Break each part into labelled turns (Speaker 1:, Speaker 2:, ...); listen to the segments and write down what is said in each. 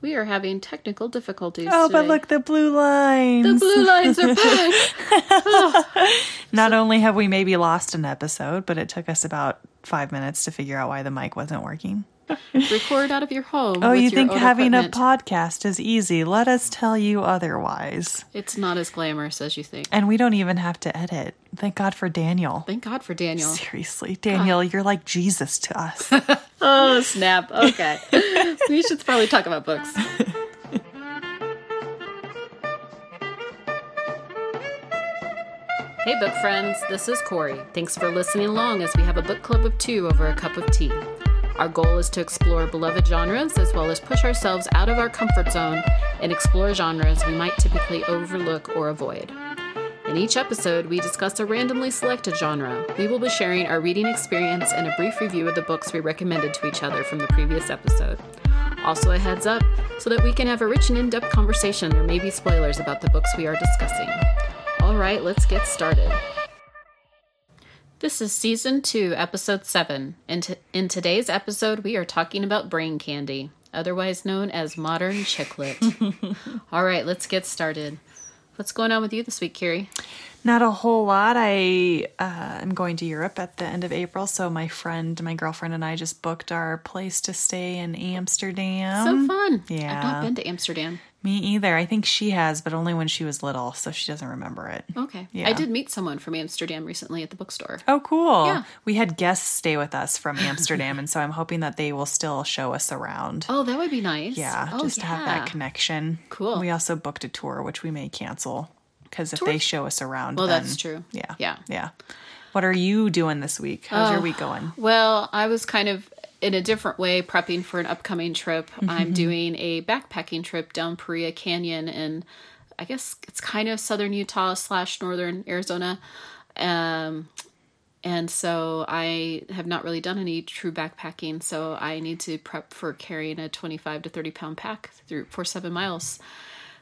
Speaker 1: We are having technical difficulties.
Speaker 2: Oh, but
Speaker 1: today.
Speaker 2: look, the blue
Speaker 1: the
Speaker 2: lines.
Speaker 1: blue lines are back.
Speaker 2: Not only have we maybe lost an episode, but it took us about five minutes to figure out why the mic wasn't working.
Speaker 1: Record out of your home.
Speaker 2: Oh,
Speaker 1: with
Speaker 2: you
Speaker 1: your
Speaker 2: think
Speaker 1: own
Speaker 2: having
Speaker 1: equipment.
Speaker 2: a podcast is easy? Let us tell you otherwise.
Speaker 1: It's not as glamorous as you think.
Speaker 2: And we don't even have to edit. Thank God for Daniel.
Speaker 1: Thank God for Daniel.
Speaker 2: Seriously, Daniel, you're like Jesus to us.
Speaker 1: Oh, snap. Okay. we should probably talk about books. Hey, book friends, this is Corey. Thanks for listening along as we have a book club of two over a cup of tea. Our goal is to explore beloved genres as well as push ourselves out of our comfort zone and explore genres we might typically overlook or avoid. In each episode, we discuss a randomly selected genre. We will be sharing our reading experience and a brief review of the books we recommended to each other from the previous episode. Also, a heads up so that we can have a rich and in depth conversation. There may be spoilers about the books we are discussing. All right, let's get started. This is season two, episode seven. And t- in today's episode, we are talking about brain candy, otherwise known as modern chiclet. All right, let's get started. What's going on with you this week, Carrie?
Speaker 2: Not a whole lot. I uh, am going to Europe at the end of April, so my friend, my girlfriend, and I just booked our place to stay in Amsterdam.
Speaker 1: So fun. I've
Speaker 2: Um, yeah.
Speaker 1: not been to Amsterdam.
Speaker 2: Me either. I think she has, but only when she was little, so she doesn't remember it.
Speaker 1: Okay.
Speaker 2: Yeah.
Speaker 1: I did meet someone from Amsterdam recently at the bookstore.
Speaker 2: Oh, cool.
Speaker 1: Yeah.
Speaker 2: We had guests stay with us from Amsterdam, and so I'm hoping that they will still show us around.
Speaker 1: Oh, that would be nice.
Speaker 2: yeah,
Speaker 1: Oh,
Speaker 2: just to have
Speaker 1: yeah.
Speaker 2: that connection.
Speaker 1: Cool.
Speaker 2: We also booked a tour, which we may cancel because if they show us around,
Speaker 1: Well,
Speaker 2: then,
Speaker 1: Oh, that's true.
Speaker 2: Yeah.
Speaker 1: Yeah. Oh.
Speaker 2: Yeah. What are you doing this week? How's your week going?
Speaker 1: Well, I was kind of in a different way prepping for an upcoming trip. I'm doing a backpacking trip down Perea Canyon in, I guess it's kind of southern Utah slash northern Arizona. Um, and so I have not really done any true backpacking. So I need to prep for carrying a 25 to 30 pound pack through for seven miles.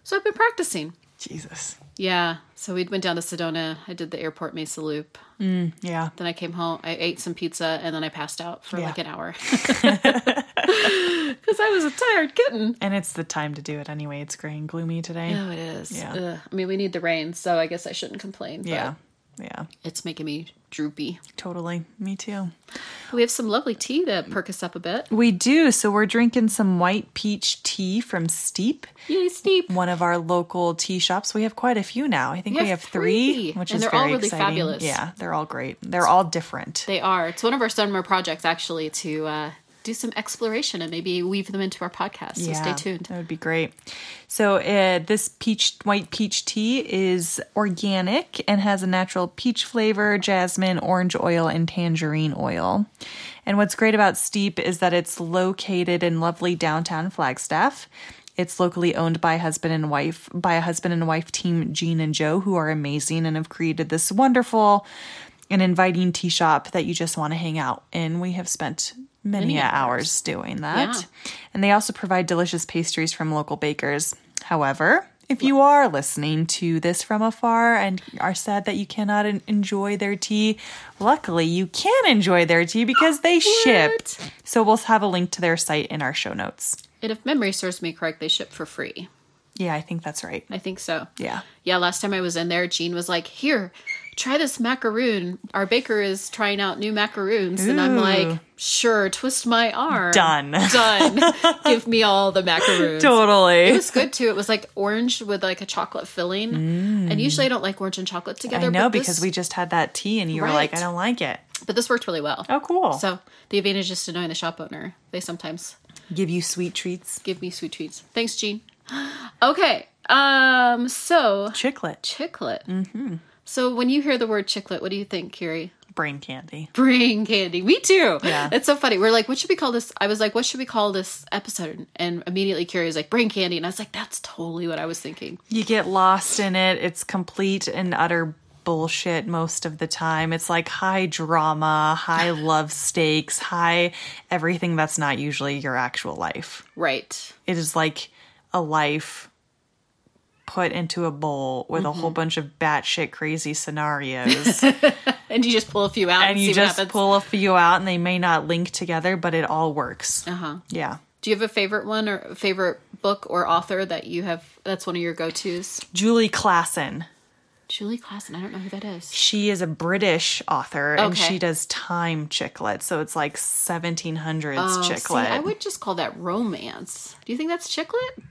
Speaker 1: So I've been practicing.
Speaker 2: Jesus.
Speaker 1: Yeah. So we went down to Sedona. I did the airport Mesa loop.
Speaker 2: Yeah.
Speaker 1: Then I came home, I ate some pizza, and then I passed out for
Speaker 2: Yeah.
Speaker 1: like an hour. Because I was a tired kitten.
Speaker 2: And it's the time to do it anyway. It's gray and gloomy today.
Speaker 1: Oh, it is.
Speaker 2: Yeah.
Speaker 1: Ugh. I mean, we need the rain, so I guess I shouldn't complain. but
Speaker 2: Yeah. Yeah.
Speaker 1: It's making me droopy.
Speaker 2: Totally. Me too.
Speaker 1: We have some lovely tea that perk us up a bit.
Speaker 2: We do. So we're drinking some white peach tea from Steep,
Speaker 1: Yay, Steep.
Speaker 2: one of our local tea shops. We have quite a few now. I think we
Speaker 1: We
Speaker 2: have,
Speaker 1: have
Speaker 2: three,
Speaker 1: three,
Speaker 2: which
Speaker 1: and
Speaker 2: is
Speaker 1: they're all
Speaker 2: very
Speaker 1: really
Speaker 2: exciting.
Speaker 1: fabulous.
Speaker 2: Yeah, they're all great. They're all different.
Speaker 1: They are. It's one of our summer projects, actually, to uh, do some exploration and maybe weave them into our podcast. So stay tuned.
Speaker 2: That would be great. So uh, this peach white peach tea is organic and has a natural peach flavor, jasmine, orange oil, and tangerine oil. And what's great about Steep is that it's located in lovely downtown Flagstaff. It's locally owned by husband and wife by a husband and wife team, Gene and Joe, who are amazing and have created this wonderful and inviting tea shop that you just want to hang out in. We have spent many, hours doing that.
Speaker 1: Yeah.
Speaker 2: And they also provide delicious pastries from local bakers. However, if you are listening to this from afar and are sad that you cannot en- enjoy their tea, luckily you can enjoy their tea because they ship. So we'll have a link to their site in our show notes.
Speaker 1: And if memory serves me correct, they ship for free.
Speaker 2: Yeah, I think that's right.
Speaker 1: I think so.
Speaker 2: Yeah.
Speaker 1: Yeah, last time I was in there, Gene was like, Here, try this macaroon. Our baker is trying out new macaroons. And I'm
Speaker 2: Ooh.
Speaker 1: like, Sure, twist my arm.
Speaker 2: Done.
Speaker 1: Done. Give me all the macaroons.
Speaker 2: Totally.
Speaker 1: It was good too. It was like orange with like a chocolate filling. And usually I don't like orange and chocolate together.
Speaker 2: Mm. I know
Speaker 1: but
Speaker 2: because
Speaker 1: this,
Speaker 2: we just had that tea and you were like,
Speaker 1: Right.
Speaker 2: I don't like it.
Speaker 1: But this worked really well.
Speaker 2: Oh, cool.
Speaker 1: So the advantage is to knowing the shop owner. They sometimes
Speaker 2: Give you sweet treats.
Speaker 1: give me sweet treats. Thanks, Gene. Okay. Um. So
Speaker 2: Chiclet.
Speaker 1: chiclet. Mm-hmm. So when you hear the word chiclet, what do you think, Carrie?
Speaker 2: Brain candy.
Speaker 1: Brain candy. Me too.
Speaker 2: Yeah.
Speaker 1: It's so funny. We're like, what should we call this? I was like, what should we call this episode? And immediately Carrie was like, brain candy. And I was like, that's totally what I was thinking.
Speaker 2: you get lost in it. It's complete and utter bullshit most of the time. It's like high drama, high love stakes, high everything that's not usually your actual life.
Speaker 1: Right.
Speaker 2: It is like a life put into a bowl with a
Speaker 1: Mm-hmm.
Speaker 2: whole bunch of batshit crazy scenarios.
Speaker 1: And you just pull a few out and,
Speaker 2: and you
Speaker 1: see what
Speaker 2: just
Speaker 1: happens. Uh-huh.
Speaker 2: pull a few out and they may not link together, but it all works. Uh huh. Yeah.
Speaker 1: Do you have a favorite one or favorite book or author that you have? That's one of your go tos.
Speaker 2: Julie Klassen.
Speaker 1: Julie Klassen. I don't know who that is.
Speaker 2: She is a British author and
Speaker 1: Okay.
Speaker 2: she does time chiclet. So it's like 1700s
Speaker 1: Oh, see,
Speaker 2: chiclet.
Speaker 1: I would just call that romance. Do you think that's chiclet?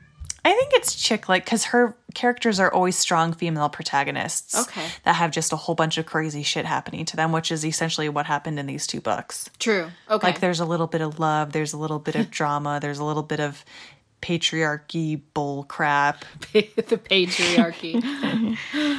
Speaker 2: I think it's chiclet because her characters are always strong female protagonists
Speaker 1: Okay.
Speaker 2: that have just a whole bunch of crazy shit happening to them, which is essentially what happened in these two books.
Speaker 1: True. Okay.
Speaker 2: Like there's a little bit of love, there's a little bit of drama, there's a little bit of patriarchy bull crap.
Speaker 1: the patriarchy.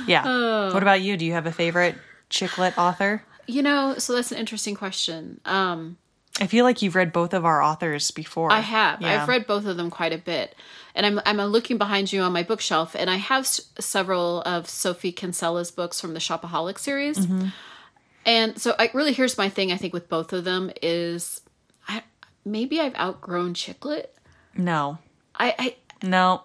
Speaker 2: Yeah.
Speaker 1: Oh.
Speaker 2: What about you? Do you have a favorite chiclet author?
Speaker 1: you know, so that's an interesting question. Um,
Speaker 2: I feel like you've read both of our authors before.
Speaker 1: I have.
Speaker 2: Yeah.
Speaker 1: I've read both of them quite a bit, and I'm I'm uh, looking behind you on my bookshelf, and I have s- several of Sophie Kinsella's books from the Shopaholic series.
Speaker 2: Mm-hmm.
Speaker 1: And so, I really here's my thing. I think with both of them is, I maybe I've outgrown Chiclet.
Speaker 2: No.
Speaker 1: I. I
Speaker 2: No.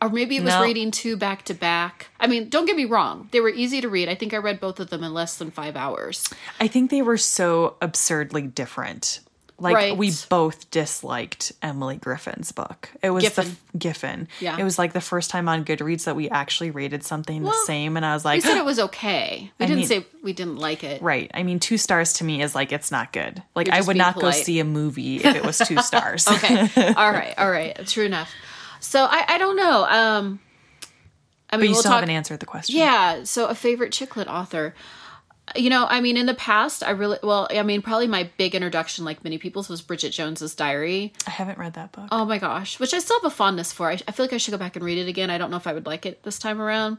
Speaker 1: or maybe it was
Speaker 2: No.
Speaker 1: reading two back to back. I mean, don't get me wrong; they were easy to read. I think I read both of them in less than five hours.
Speaker 2: I think they were so absurdly different. Like
Speaker 1: Right.
Speaker 2: we both disliked Emily Griffin's book. It was the
Speaker 1: Giffen.
Speaker 2: f- Giffen.
Speaker 1: Yeah.
Speaker 2: It was like the first time on Goodreads that we actually rated something the
Speaker 1: Well,
Speaker 2: same and I was
Speaker 1: We
Speaker 2: like
Speaker 1: said it was okay. We didn't
Speaker 2: mean-
Speaker 1: say we didn't like it.
Speaker 2: right. I mean 2 stars to me is like it's not good. Like
Speaker 1: You're
Speaker 2: I
Speaker 1: just
Speaker 2: would
Speaker 1: being
Speaker 2: not go
Speaker 1: polite.
Speaker 2: see a movie if it was 2 stars.
Speaker 1: okay. All right. All right. True enough. So I, I don't know. Um, I mean,
Speaker 2: But you
Speaker 1: we'll
Speaker 2: still
Speaker 1: talk.
Speaker 2: haven't answered the question.
Speaker 1: yeah. So a favorite chiclet author. You know, I mean, in the past, I really well. I mean, probably my big introduction, like many people's, was Bridget Jones's Diary.
Speaker 2: I haven't read that book.
Speaker 1: Oh my gosh, which I still have a fondness for. I, I feel like I should go back and read it again. I don't know if I would like it this time around.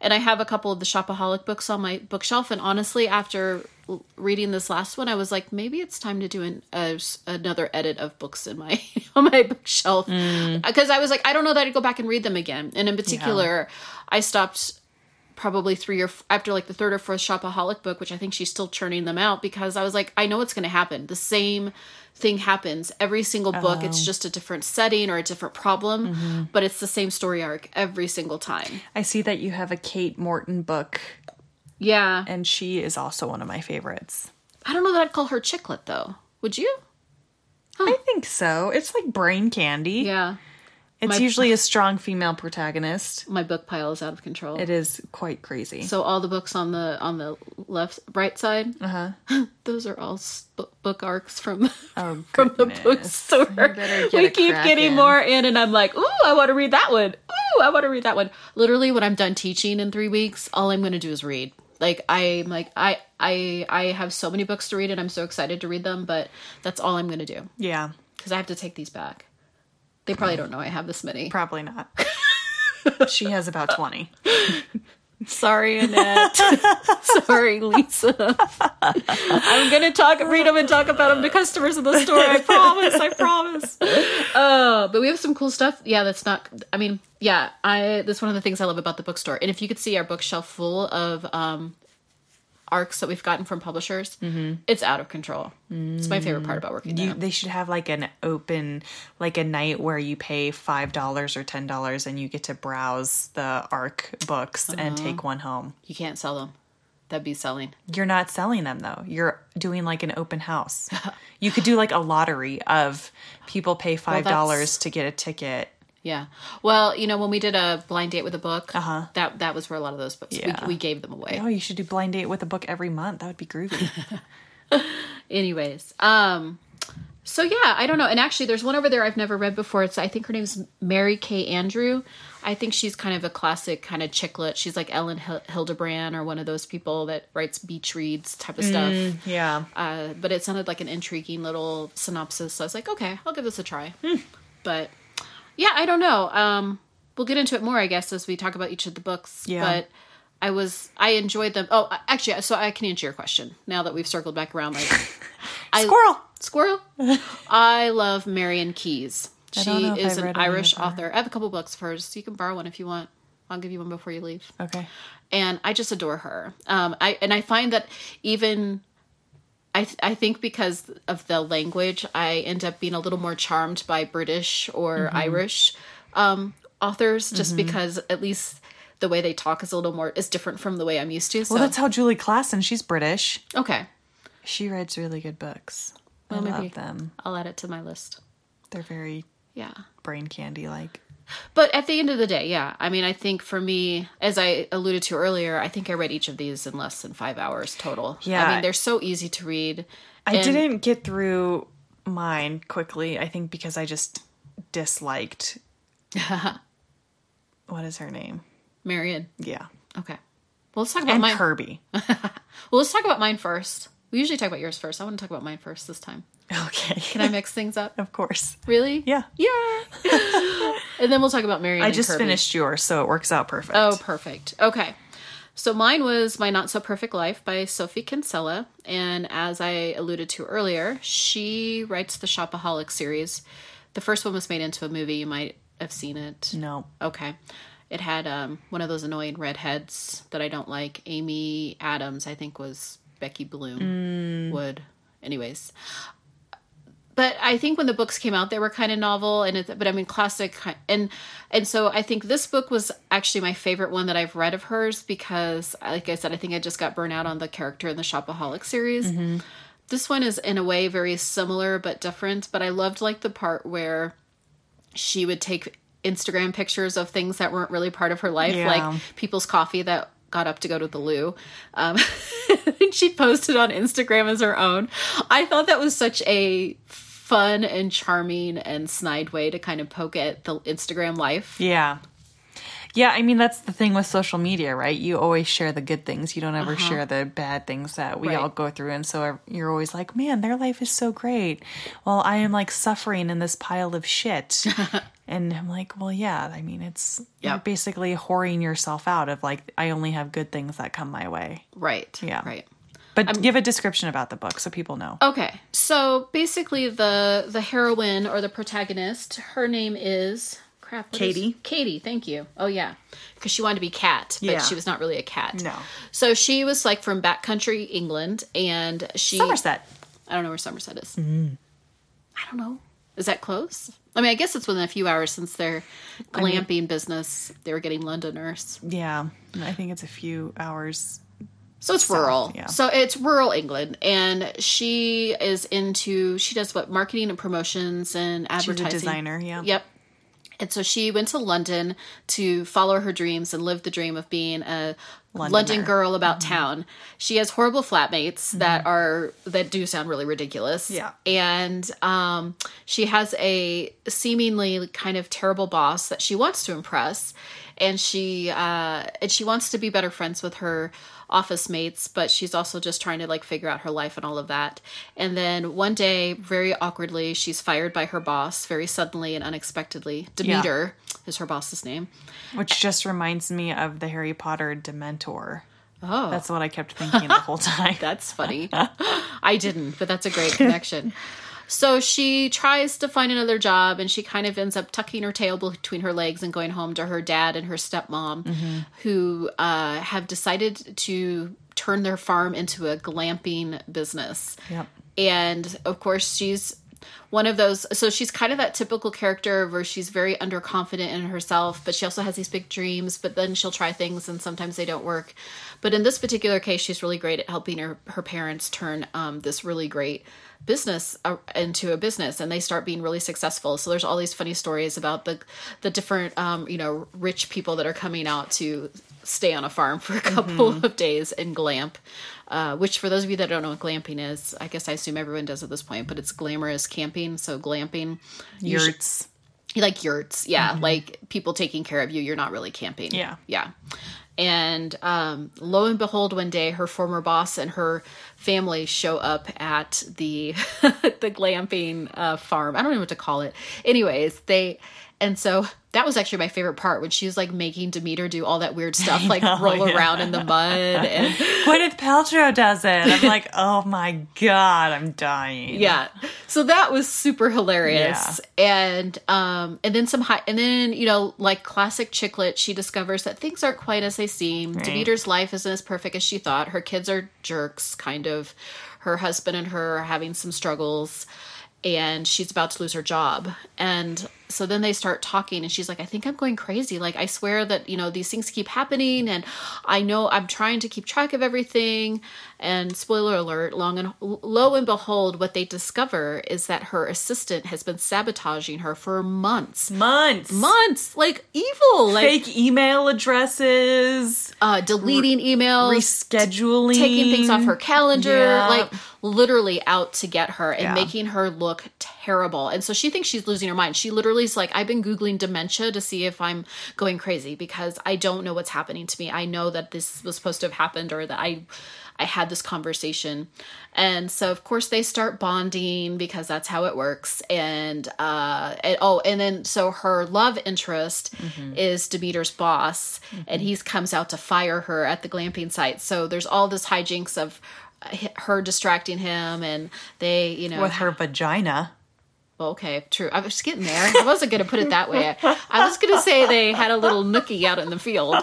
Speaker 1: And I have a couple of the Shopaholic books on my bookshelf. And honestly, after l- reading this last one, I was like, maybe it's time to do an, a s- another edit of books in my on my bookshelf because I was like, I don't know that I'd go back and read them again. And in particular, I stopped probably three or f- after like the third or fourth shopaholic book which i think she's still churning them out because i was like i know it's going to happen the same thing happens every single book it's just a different setting or a different problem but it's the same story arc every single time
Speaker 2: I see that you have a Kate Morton book
Speaker 1: yeah
Speaker 2: and she is also one of my favorites.
Speaker 1: i don't know that i'd call her chiclet though would you
Speaker 2: I think so. It's like brain candy.
Speaker 1: yeah
Speaker 2: It's usually a strong female protagonist.
Speaker 1: my book pile is out of control
Speaker 2: It is quite crazy.
Speaker 1: so all the books on the on the left right side uh-huh those are all s- bu- book arcs from
Speaker 2: Oh,
Speaker 1: from the
Speaker 2: goodness.
Speaker 1: bookstore
Speaker 2: better get
Speaker 1: we
Speaker 2: a
Speaker 1: keep
Speaker 2: crack
Speaker 1: getting
Speaker 2: in.
Speaker 1: more in and i'm like ooh i want to read that one ooh i want to read that one literally when i'm done teaching in three weeks all i'm going to do is read like i'm like i i i have so many books to read and i'm so excited to read them but that's all i'm going to do
Speaker 2: yeah,
Speaker 1: because i have to take these back they probably don't know i have this many
Speaker 2: probably not. she has about 20.
Speaker 1: Sorry, Annette. Sorry, Lisa. I'm gonna talk, read them, and talk about them to customers in the store. I promise. I promise. Oh, but we have some cool stuff. Yeah, that's not. I mean, yeah, I. That's one of the things I love about the bookstore. And if you could see our bookshelf full of um, arcs that we've gotten from publishers, it's out of control. It's my favorite part about working there.
Speaker 2: You, they should have like an open, like a night where you pay $5 or $10 and you get to browse the ARC books and
Speaker 1: Uh-huh.
Speaker 2: take one home.
Speaker 1: You can't sell them. That'd be selling.
Speaker 2: You're not selling them though. You're doing like an open house. you could do like a lottery of people pay $5
Speaker 1: that's-
Speaker 2: to get a ticket.
Speaker 1: Yeah. Well, you know, when we did a blind date with a book, uh-huh. that that was where a lot of those books
Speaker 2: Yeah.
Speaker 1: we, we gave them away.
Speaker 2: Oh, you should do blind date with a book every month. That would be groovy.
Speaker 1: anyways um so yeah i don't know and actually there's one over there i've never read before it's i think her name's mary kay andrew i think she's kind of a classic kind of chicklet she's like ellen Hil- hildebrand or one of those people that writes beach reads type of stuff
Speaker 2: yeah.
Speaker 1: uh, but it sounded like an intriguing little synopsis so i was like okay i'll give this a try
Speaker 2: Hmm.
Speaker 1: but yeah i don't know um we'll get into it more i guess as we talk about each of the books
Speaker 2: Yeah.
Speaker 1: but i was i enjoyed them oh actually so i can answer your question now that we've circled back around like I-
Speaker 2: Squirrel.
Speaker 1: Squirrel. I love Marion Keys. She
Speaker 2: don't know if
Speaker 1: is
Speaker 2: I've
Speaker 1: an
Speaker 2: read any of
Speaker 1: Irish
Speaker 2: her.
Speaker 1: author. I have a couple books of hers. so You can borrow one if you want. I'll give you one before you leave.
Speaker 2: Okay.
Speaker 1: And I just adore her. Um, I and I find that even I th- I think because of the language, I end up being a little more charmed by British or
Speaker 2: Mm-hmm.
Speaker 1: Irish um, authors, just because at least the way they talk is a little more is different from the way I'm used to. So
Speaker 2: Well, that's how Julie Klassen. She's British.
Speaker 1: okay,
Speaker 2: She writes really good books. I
Speaker 1: maybe.
Speaker 2: love them.
Speaker 1: I'll add it to my list.
Speaker 2: They're very
Speaker 1: Yeah.
Speaker 2: brain candy like.
Speaker 1: But at the end of the day, yeah. I mean, I think for me, as I alluded to earlier, I think I read each of these in less than five hours total.
Speaker 2: Yeah.
Speaker 1: I mean, they're so easy to read.
Speaker 2: I
Speaker 1: And-
Speaker 2: didn't get through mine quickly, I think because I just disliked what is her name?
Speaker 1: Marion.
Speaker 2: Yeah.
Speaker 1: Okay. Well, let's talk about
Speaker 2: And
Speaker 1: mine.
Speaker 2: Kirby.
Speaker 1: well, let's talk about mine first. We usually talk about yours first. I want to talk about mine first this time.
Speaker 2: Okay.
Speaker 1: Can I mix things up?
Speaker 2: of course.
Speaker 1: Really?
Speaker 2: Yeah.
Speaker 1: Yeah. and then we'll talk about Marion.
Speaker 2: I
Speaker 1: and
Speaker 2: just
Speaker 1: Kirby.
Speaker 2: finished yours, so it works out perfect.
Speaker 1: Oh, perfect. Okay. So mine was My Not So Perfect Life by Sophie Kinsella. And as I alluded to earlier, she writes the Shopaholic series. The first one was made into a movie. You might have seen it.
Speaker 2: no.
Speaker 1: Okay. It had um, one of those annoying redheads that I don't like. Amy Adams, I think, was Becky Bloom. Would. Anyways. But I think when the books came out, they were kind of novel, and it, but I mean classic, ki- and and so I think this book was actually my favorite one that I've read of hers because, like I said, I think I just got burnt out on the character in the Shopaholic series. This one is in a way very similar but different. But I loved like the part where she would take Instagram pictures of things that weren't really part of her life,
Speaker 2: Yeah.
Speaker 1: like people's coffee that got up to go to the loo. Um, and she posted on Instagram as her own. I thought that was such a fun and charming and snide way to kind of poke at the Instagram life.
Speaker 2: Yeah. Yeah, I mean that's the thing with social media, right? You always share the good things. You don't ever share the bad things that we
Speaker 1: Right.
Speaker 2: all go through and so ev- you're always like, "Man, their life is so great. Well, I am like suffering in this pile of shit." and I'm like, "Well, yeah, I mean, it's
Speaker 1: Yeah.
Speaker 2: you're basically whoring yourself out of like I only have good things that come my way."
Speaker 1: Right.
Speaker 2: Yeah.
Speaker 1: Right.
Speaker 2: But give a description about the book so people know.
Speaker 1: Okay, so basically the the heroine or the protagonist, her name is crap. what is-
Speaker 2: Katie.
Speaker 1: Katie, thank you. Oh yeah, because she wanted to be cat, but
Speaker 2: Yeah.
Speaker 1: she was not really a cat.
Speaker 2: No.
Speaker 1: So she was like from backcountry England, and she
Speaker 2: Somerset. Mm.
Speaker 1: I don't know where Somerset is. I don't know. Is that close? I mean, I guess it's within a few hours since their glamping business. They were getting Londoners.
Speaker 2: Yeah. I think it's a few hours.
Speaker 1: So it's rural.
Speaker 2: yeah.
Speaker 1: So it's rural England, and she is into she does what marketing and promotions and
Speaker 2: She's
Speaker 1: advertising.
Speaker 2: a designer, yeah.
Speaker 1: Yep. And so she went to London to follow her dreams and live the dream of being a
Speaker 2: Londoner. Mm-hmm.
Speaker 1: London girl about town. She has horrible flatmates that are that do sound really ridiculous.
Speaker 2: Yeah.
Speaker 1: And um she has a seemingly kind of terrible boss that she wants to impress and she uh and she wants to be better friends with her office mates but she's also just trying to like figure out her life and all of that and then one day very awkwardly she's fired by her boss very suddenly and unexpectedly demeter is her boss's name
Speaker 2: Which just reminds me of the Harry Potter Dementor.
Speaker 1: oh
Speaker 2: That's what I kept thinking the whole time.
Speaker 1: That's funny. I didn't, but that's a great connection. So she tries to find another job and she kind of ends up tucking her tail between her legs and going home to her dad and her stepmom, who uh, have decided to turn their farm into a glamping business.
Speaker 2: Yep.
Speaker 1: And of course, she's one of those. So she's kind of that typical character where she's very underconfident in herself, but she also has these big dreams, but then she'll try things and sometimes they don't work. But in this particular case, she's really great at helping her, her parents turn um, this really great business uh, into a business and they start being really successful so there's all these funny stories about the the different um, you know rich people that are coming out to stay on a farm for a couple of days and glamp uh, which for those of you that don't know what glamping is i guess i assume everyone does at this point but it's glamorous camping so glamping you should-
Speaker 2: Yurts.
Speaker 1: like yurts yeah like people taking care of you you're not really camping
Speaker 2: Yeah.
Speaker 1: yeah and um, lo and behold one day her former boss and her family show up at the the glamping uh, farm i don't know what to call it anyways they and so that was actually my favorite part when she was like making demeter do all that weird stuff like roll around in the mud and
Speaker 2: Gwyneth Paltrow does it. I'm like, oh my god, I'm dying.
Speaker 1: yeah so that was super hilarious and um and then some high and then you know like classic chicklet she discovers that things aren't quite as they seem demeter's life isn't as perfect as she thought her kids are jerks kind of her husband and her are having some struggles and she's about to lose her job and so then they start talking and she's like i think i'm going crazy like i swear that you know these things keep happening and i know i'm trying to keep track of everything and spoiler alert long and lo and behold what they discover is that her assistant has been sabotaging her for months
Speaker 2: Months.
Speaker 1: months like evil like
Speaker 2: Fake email addresses,
Speaker 1: uh deleting emails
Speaker 2: rescheduling,
Speaker 1: taking things off her calendar,
Speaker 2: Yeah.
Speaker 1: like literally out to get her and
Speaker 2: Yeah.
Speaker 1: making her look terrible. And so she thinks she's losing her mind. She literally is like, I've been Googling dementia to see if I'm going crazy because I don't know what's happening to me. I know that this was supposed to have happened or that I. I had this conversation. And so, of course, they start bonding because that's how it works. And, uh, and oh, and then so her love interest is Demeter's boss, and he comes out to fire her at the glamping site. So there's all this hijinks of uh, hi- her distracting him, and they, you know,
Speaker 2: with her vagina.
Speaker 1: well, okay, true. I was getting there. I wasn't going to put it that way. I, I was going to say they had a little nookie out in the field,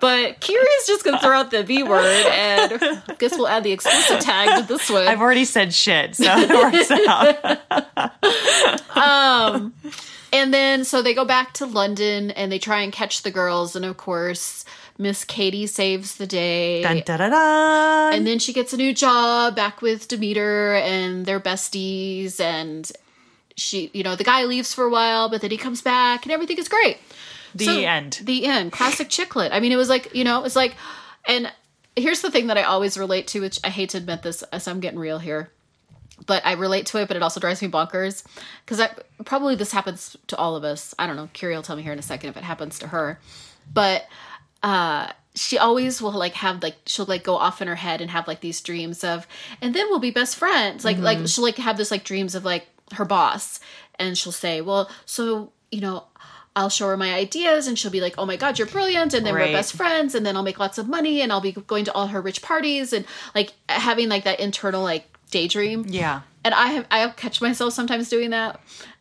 Speaker 1: but Kiri's just going to throw out the B word, and guess we'll add the explicit tag to this one.
Speaker 2: I've already said shit, so it works out.
Speaker 1: And then so they go back to London and they try and catch the girls, and of course, Miss Katie saves the day.
Speaker 2: Dun, dun, dun, dun.
Speaker 1: and then she gets a new job back with Demeter and their besties and she you know the guy leaves for a while but then he comes back and everything is great.
Speaker 2: The end.
Speaker 1: The end. Classic chicklet. I mean it was like, you know, it's like and here's the thing that I always relate to which I hate to admit this as I'm getting real here. But I relate to it, but it also drives me bonkers because I probably this happens to all of us. I don't know. Carrie will tell me here in a second if it happens to her, but uh she always will like have like she'll like go off in her head and have like these dreams of and then we'll be best friends like
Speaker 2: Mm-hmm.
Speaker 1: like she'll like have this like dreams of like her boss and she'll say well so you know I'll show her my ideas and she'll be like oh my god you're brilliant and then
Speaker 2: Right.
Speaker 1: we're best friends and then I'll make lots of money and I'll be going to all her rich parties and like having like that internal like daydream
Speaker 2: yeah.
Speaker 1: and I have I catch myself sometimes doing that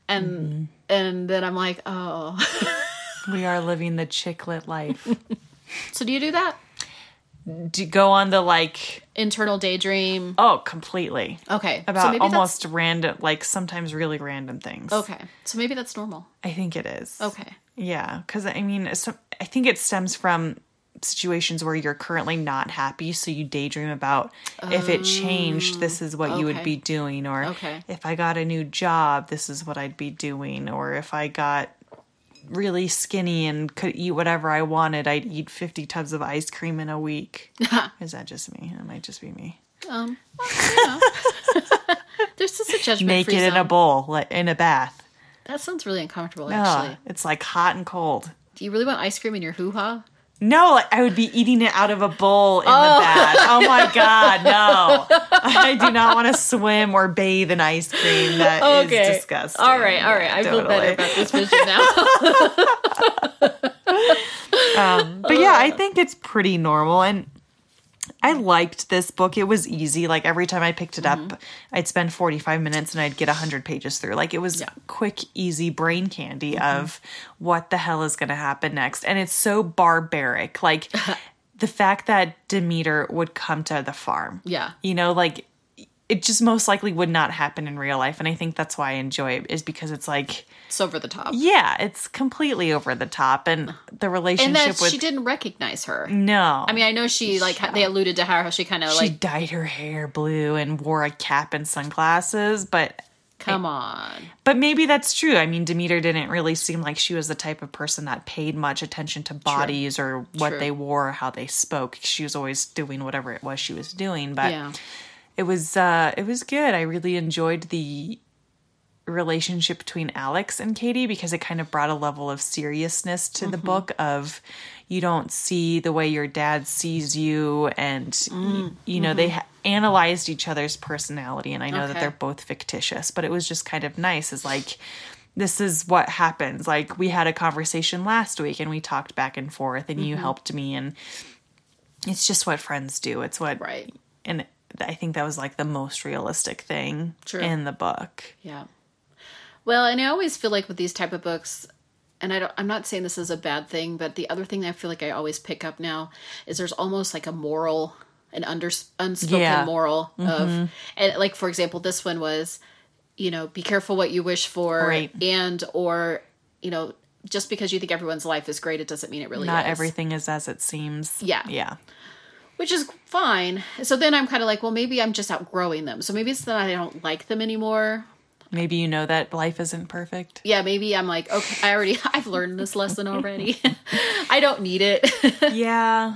Speaker 1: and
Speaker 2: Mm-hmm.
Speaker 1: and then I'm like oh
Speaker 2: We are living the chicklet life.
Speaker 1: so do you do that
Speaker 2: Do you go on the like,
Speaker 1: internal daydream
Speaker 2: oh, completely.
Speaker 1: Okay.
Speaker 2: About
Speaker 1: maybe
Speaker 2: almost random, like sometimes really random things.
Speaker 1: That's, okay. So maybe that's normal.
Speaker 2: I think it is.
Speaker 1: Okay.
Speaker 2: Yeah, because I mean, so, I think it stems from situations where you're currently not happy, so you daydream about if it changed, this is what you would
Speaker 1: okay.
Speaker 2: be doing, or
Speaker 1: Okay.
Speaker 2: if I got a new job, this is what I'd be doing, or if I got really skinny and could eat whatever I wanted, I'd eat 50 tubs of ice cream in a week. is that just me? It might just be me.
Speaker 1: Um, well, you know. There's just a judgment
Speaker 2: Make
Speaker 1: free
Speaker 2: it in a
Speaker 1: zone.
Speaker 2: bowl, like, in a bath.
Speaker 1: that sounds really uncomfortable,
Speaker 2: Ugh,
Speaker 1: actually.
Speaker 2: it's like hot and cold.
Speaker 1: Do you really want ice cream in your hoo ha?
Speaker 2: No, like, I would be eating it out of a bowl in the bath. Oh my god, no! I do not want to swim or bathe in ice cream. That is disgusting.
Speaker 1: All right, all right.
Speaker 2: Yeah,
Speaker 1: I feel better
Speaker 2: totally.
Speaker 1: about this vision now.
Speaker 2: Um, but yeah, I think it's pretty normal, and I liked this book. It was easy. Like every time I picked it up,
Speaker 1: Mm-hmm.
Speaker 2: I'd spend forty five minutes and I'd get hundred pages through. Like it was quick, easy brain candy
Speaker 1: Mm-hmm.
Speaker 2: of what the hell is going to happen next, and it's so barbaric. Like. The fact that Demeter would come to the farm.
Speaker 1: Yeah.
Speaker 2: You know, like it just most likely would not happen in real life. And I think that's why I enjoy it, is because it's like,
Speaker 1: it's over the top.
Speaker 2: yeah, it's completely over the top. And the relationship
Speaker 1: And that
Speaker 2: with.
Speaker 1: she didn't recognize her.
Speaker 2: no.
Speaker 1: I mean, I know she, like, they alluded to how she kind of,
Speaker 2: she
Speaker 1: like,
Speaker 2: dyed her hair blue and wore a cap and sunglasses, but.
Speaker 1: come on.
Speaker 2: But maybe that's true. I mean, Demeter didn't really seem like she was the type of person that paid much attention to bodies or what
Speaker 1: True.
Speaker 2: they wore or how they spoke. She was always doing whatever it was she was doing. But
Speaker 1: Yeah.
Speaker 2: it was uh it was good i really enjoyed the relationship between alex and katie because it kind of brought a level of seriousness to the book of you don't see the way your dad sees you and y- you know they ha- analyzed each other's personality and i know that
Speaker 1: Okay.
Speaker 2: they're both fictitious but it was just kind of nice is like this is what happens like we had a conversation last week and we talked back and forth and you helped me and it's just what friends do it's what
Speaker 1: Right.
Speaker 2: and th- I think that was like the most realistic thing
Speaker 1: True.
Speaker 2: in the book.
Speaker 1: Yeah. Well, and I always feel like with these type of books, and I don't, I'm not saying this is a bad thing, but the other thing that I feel like I always pick up now is there's almost like a moral, an under unspoken
Speaker 2: Yeah. Mm-hmm.
Speaker 1: moral of, and like for example, this one was, you know, be careful what you wish for,
Speaker 2: Right.
Speaker 1: and or you know, just because you think everyone's life is great, it doesn't mean it really
Speaker 2: Not
Speaker 1: is.
Speaker 2: everything is as it seems.
Speaker 1: Yeah.
Speaker 2: Yeah.
Speaker 1: Which is fine. So then I'm kind of like, well, maybe I'm just outgrowing them. So maybe it's that I don't like them anymore.
Speaker 2: Maybe you know that life isn't perfect.
Speaker 1: Yeah, maybe I'm like, okay, I already, I've learned this lesson already. I don't need it.
Speaker 2: Yeah.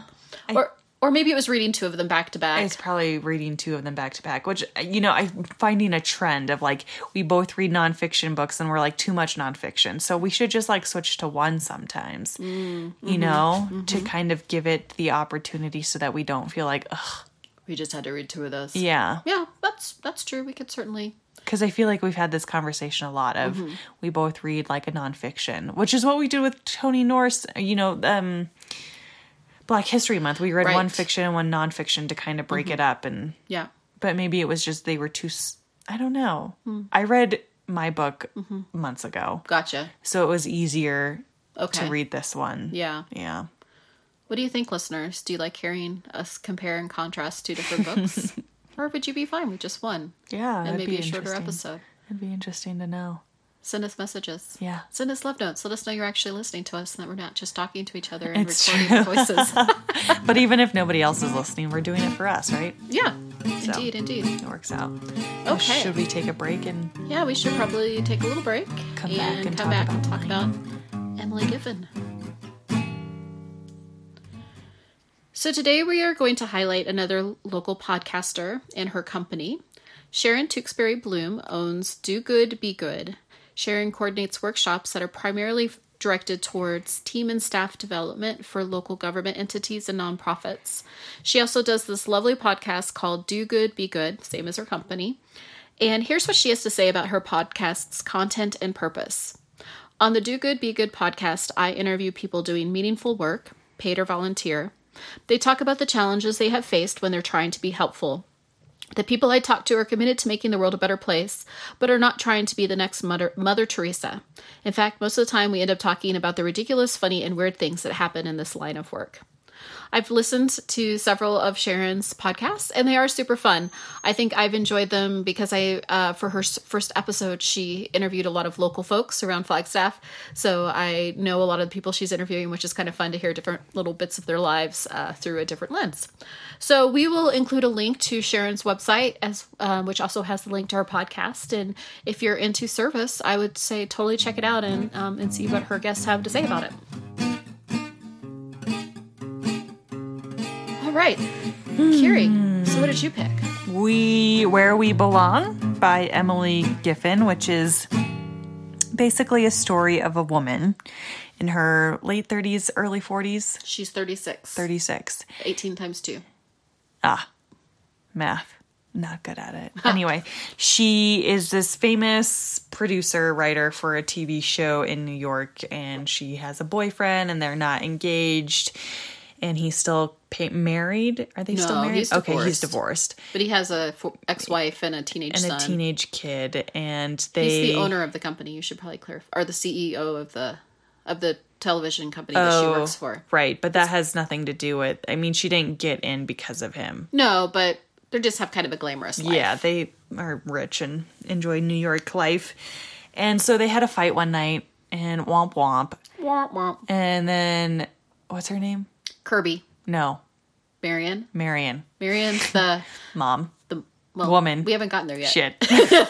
Speaker 1: or, or maybe it was reading two of them back to back.
Speaker 2: It's probably reading two of them back to back, which, you know, I'm finding a trend of like, we both read nonfiction books and we're like too much nonfiction. So we should just like switch to one sometimes,
Speaker 1: Mm, mm-hmm.
Speaker 2: you know, to kind of give it the opportunity so that we don't feel like, ugh.
Speaker 1: We just had to read two of those.
Speaker 2: Yeah.
Speaker 1: Yeah, that's that's true. We could certainly.
Speaker 2: Because I feel like we've had this conversation a lot of
Speaker 1: Mm-hmm.
Speaker 2: we both read like a nonfiction, which is what we did with Tony Norse, you know, um, Black History Month. We read one
Speaker 1: Right. Mm-hmm.
Speaker 2: fiction and one nonfiction to kind of break it up and
Speaker 1: Yeah.
Speaker 2: but maybe it was just they were too s- i don't know
Speaker 1: Hmm.
Speaker 2: i read my book
Speaker 1: Mm-hmm.
Speaker 2: months ago
Speaker 1: Gotcha.
Speaker 2: so it was easier
Speaker 1: Okay.
Speaker 2: to read this one
Speaker 1: Yeah.
Speaker 2: yeah
Speaker 1: What do you think, listeners? Do you like hearing us compare and contrast two different books? or would you be fine with just one?
Speaker 2: yeah
Speaker 1: And
Speaker 2: that'd
Speaker 1: maybe a shorter
Speaker 2: interesting.
Speaker 1: episode.
Speaker 2: it'd be interesting to know
Speaker 1: Send us messages.
Speaker 2: yeah
Speaker 1: Send us love notes. Let us know you're actually listening to us and that we're not just talking to each other and
Speaker 2: It's
Speaker 1: recording
Speaker 2: true.
Speaker 1: our voices.
Speaker 2: but even if nobody else is listening we're doing it for us right
Speaker 1: yeah. Indeed, indeed.
Speaker 2: it works out
Speaker 1: Okay.
Speaker 2: should we take a break and
Speaker 1: Yeah, we should probably take a little break
Speaker 2: Come back
Speaker 1: and
Speaker 2: and
Speaker 1: come
Speaker 2: talk
Speaker 1: back and
Speaker 2: about
Speaker 1: talk about Emily Giffen. So today we are going to highlight another local podcaster and her company. Sharon Tewksbury Bloom owns Do Good Be Good. Sharon coordinates workshops that are primarily directed towards team and staff development for local government entities and nonprofits. She also does this lovely podcast called Do Good Be Good, same as her company. And here's what she has to say about her podcast's content and purpose. On the Do Good Be Good podcast, I interview people doing meaningful work, paid or volunteer. They talk about the challenges they have faced when they're trying to be helpful. The people I talk to are committed to making the world a better place, but are not trying to be the next Mother, Mother Teresa. In fact, most of the time we end up talking about the ridiculous, funny, and weird things that happen in this line of work. I've listened to several of Sharon's podcasts, and they are super fun. I think I've enjoyed them because I, uh, for her s- first episode, she interviewed a lot of local folks around Flagstaff, so I know a lot of the people she's interviewing, which is kind of fun to hear different little bits of their lives uh, through a different lens. So we will include a link to Sharon's website, as um, which also has the link to her podcast. And if you're into service, I would say totally check it out and um, and see what her guests have to say about it. All right, Carrie. So what did you pick?
Speaker 2: We Where We Belong by Emily Giffen, which is basically a story of a woman in her late 30s, early 40s,
Speaker 1: She's 36.
Speaker 2: 36.
Speaker 1: 18 times 2.
Speaker 2: Math. Not good at it. Anyway, she is this famous producer writer for a TV show in New York, and she has a boyfriend, and they're not engaged, and he's still pa- married. Are they still
Speaker 1: No,
Speaker 2: married?
Speaker 1: he's
Speaker 2: okay, he's
Speaker 1: divorced.
Speaker 2: divorced,
Speaker 1: But he has a f- ex-wife and a teenage
Speaker 2: and
Speaker 1: son.
Speaker 2: a teenage kid, and they
Speaker 1: He's the owner of the company. You should probably clarify, or the CEO of the of the television company that she works for.
Speaker 2: Oh, Right, but that has nothing to do with. I mean, she didn't get in because of him.
Speaker 1: No, but they just have kind of a glamorous life.
Speaker 2: Yeah, they are rich and enjoy New York life. And so they had a fight one night and womp womp.
Speaker 1: Womp womp.
Speaker 2: And then what's her name?
Speaker 1: Kirby,
Speaker 2: No,
Speaker 1: Marion,
Speaker 2: Marion.
Speaker 1: Marion's the
Speaker 2: Mom.
Speaker 1: the well,
Speaker 2: Woman.
Speaker 1: We haven't gotten there yet.
Speaker 2: Shit. Spoiler.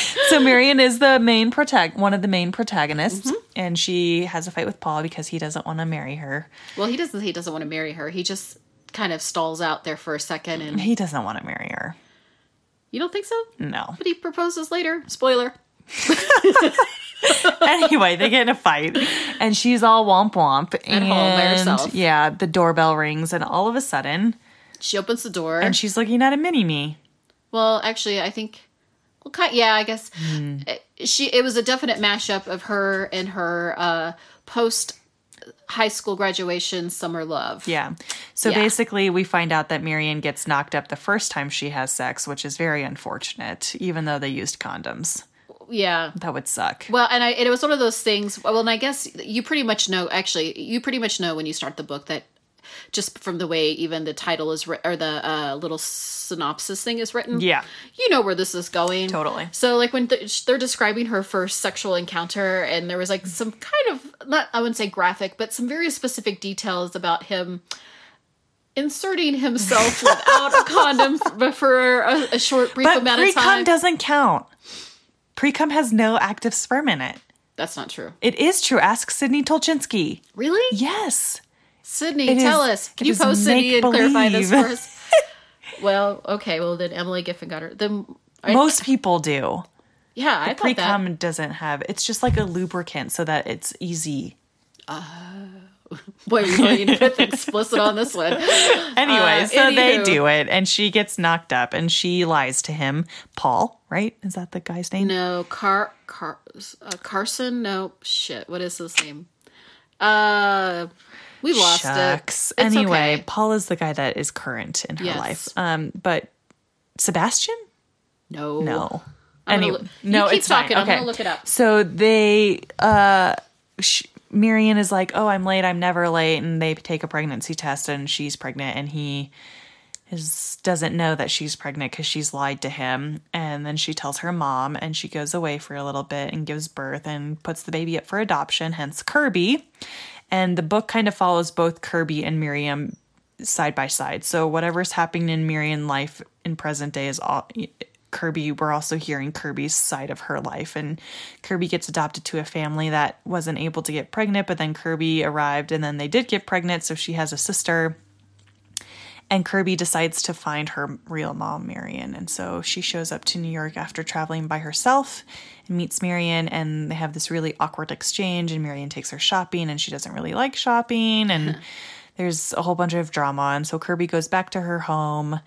Speaker 2: so Marion is the main protag one of the main protagonists
Speaker 1: Mm-hmm.
Speaker 2: and she has a fight with Paul because he doesn't want to marry her.
Speaker 1: Well, he doesn't. He doesn't want to marry her. He just kind of stalls out there for a second, and
Speaker 2: He doesn't want to marry her.
Speaker 1: you don't think so?
Speaker 2: No.
Speaker 1: But he proposes later. Spoiler.
Speaker 2: anyway, they get in a fight, and she's all womp womp
Speaker 1: At home by herself.
Speaker 2: Yeah, the doorbell rings, and all of a sudden,
Speaker 1: She opens the door.
Speaker 2: and she's looking at a mini me.
Speaker 1: Well, actually, I think. Well, ki yeah, I guess Uh, she. It was a definite mashup of her and her uh, post high school graduation summer love.
Speaker 2: Yeah. So
Speaker 1: Yeah.
Speaker 2: basically, we find out that Marion gets knocked up the first time she has sex, which is very unfortunate. Even though they used condoms,
Speaker 1: Yeah.
Speaker 2: that would suck.
Speaker 1: Well, and I and it was one of those things. Well, and I guess you pretty much know. Actually, you pretty much know when you start the book that just from the way even the title is writ- or the uh, little synopsis thing is written.
Speaker 2: Yeah.
Speaker 1: you know where this is going.
Speaker 2: Totally.
Speaker 1: So like when th- they're describing her first sexual encounter, and there was like some kind of not I wouldn't say graphic, but some very specific details about him inserting himself without a condom f- for a, a short brief
Speaker 2: But
Speaker 1: amount of
Speaker 2: pre
Speaker 1: time.
Speaker 2: cum doesn't count. Pre cum has no active sperm in it.
Speaker 1: That's not true.
Speaker 2: It is true. Ask Sidney Tolchinsky.
Speaker 1: Really?
Speaker 2: Yes.
Speaker 1: Sydney,
Speaker 2: It
Speaker 1: tell
Speaker 2: is-
Speaker 1: us. Can
Speaker 2: it
Speaker 1: you
Speaker 2: is
Speaker 1: post Sydney and clarify this for
Speaker 2: make-believe.
Speaker 1: us? well, okay. Well, then Emily Giffen got her. Then, I,
Speaker 2: Most people do.
Speaker 1: yeah, I
Speaker 2: Pre
Speaker 1: thought that.
Speaker 2: cum doesn't have. It's just like a lubricant so that it's easy.
Speaker 1: Boy, you're going to put the explicit on this one.
Speaker 2: Anyway,
Speaker 1: Uh,
Speaker 2: so they
Speaker 1: anywho.
Speaker 2: do it, and she gets knocked up, and she lies to him. Paul, right? Is that the guy's name?
Speaker 1: No, Car Car uh, Carson. No, shit. What is his name? Uh, we lost
Speaker 2: Shucks.
Speaker 1: it. It's
Speaker 2: anyway,
Speaker 1: okay.
Speaker 2: Paul is the guy that is current in her
Speaker 1: Yes.
Speaker 2: life. Um, but Sebastian?
Speaker 1: no,
Speaker 2: No.
Speaker 1: I'm gonna
Speaker 2: Anyway,
Speaker 1: look- you
Speaker 2: no,
Speaker 1: keep
Speaker 2: it's fine.
Speaker 1: talking. I'm
Speaker 2: Okay.
Speaker 1: gonna look it up.
Speaker 2: So they, uh, sh- Marion is like, "Oh, I'm late. I'm never late," and they take a pregnancy test, and she's pregnant, and he is doesn't know that she's pregnant because she's lied to him, and then she tells her mom, and she goes away for a little bit and gives birth and puts the baby up for adoption, hence Kirby. And the book kind of follows both Kirby and Miriam side by side. So whatever's happening in Miriam life in present day is all Kirby. We're also hearing Kirby's side of her life, and Kirby gets adopted to a family that wasn't able to get pregnant, but then Kirby arrived, and then they did get pregnant. So she has a sister. And Kirby decides to find her real mom, Marion. And so she shows up to New York after traveling by herself and meets Marion. And they have this really awkward exchange. And Marion takes her shopping, and she doesn't really like shopping. And there's a whole bunch of drama. And so Kirby goes back to her home,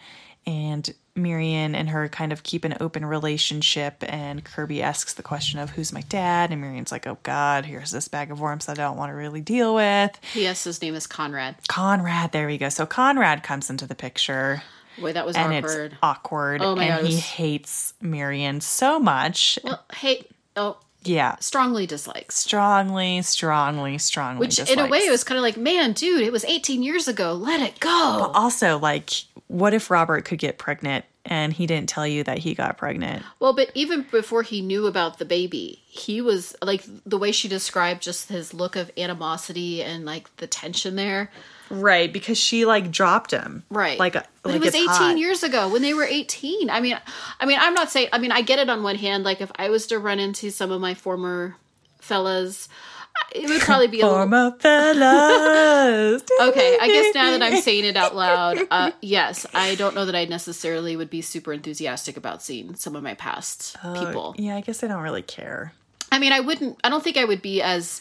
Speaker 2: and Marion and her kind of keep an open relationship. And Kirby asks the question of, Who's my dad? And Marion's like, Oh God, here's this bag of worms that I don't want to really deal with.
Speaker 1: P.S. His name is Conrad.
Speaker 2: Conrad, there we go. So Conrad comes into the picture
Speaker 1: Boy, that was
Speaker 2: and
Speaker 1: awkward.
Speaker 2: it's awkward.
Speaker 1: Oh my
Speaker 2: and
Speaker 1: God, it
Speaker 2: he
Speaker 1: was-
Speaker 2: hates Marion so much.
Speaker 1: Well, hey, oh,
Speaker 2: Yeah.
Speaker 1: strongly dislikes.
Speaker 2: Strongly, strongly, strongly.
Speaker 1: Which, in a
Speaker 2: dislikes.
Speaker 1: way, it was kind of like, man, dude, it was 18 years ago. Let it go.
Speaker 2: also like, what if Robert could get pregnant and he didn't tell you that he got pregnant?
Speaker 1: Well, but even before he knew about the baby, he was like the way she described just his look of animosity and like the tension there.
Speaker 2: Right, because she like dropped him.
Speaker 1: Right.
Speaker 2: Like, uh,
Speaker 1: but
Speaker 2: like
Speaker 1: it was
Speaker 2: it's
Speaker 1: 18
Speaker 2: hot.
Speaker 1: years ago when they were 18. I mean, I mean, I'm not saying, I mean, I get it on one hand. Like if I was to run into some of my former fellas, I- it would probably be a little,
Speaker 2: Former fellas.
Speaker 1: okay. I guess now that I'm saying it out loud, uh, yes, I don't know that I necessarily would be super enthusiastic about seeing some of my past people.
Speaker 2: Yeah, I guess I don't really care.
Speaker 1: I mean, I wouldn't. I don't think I would be as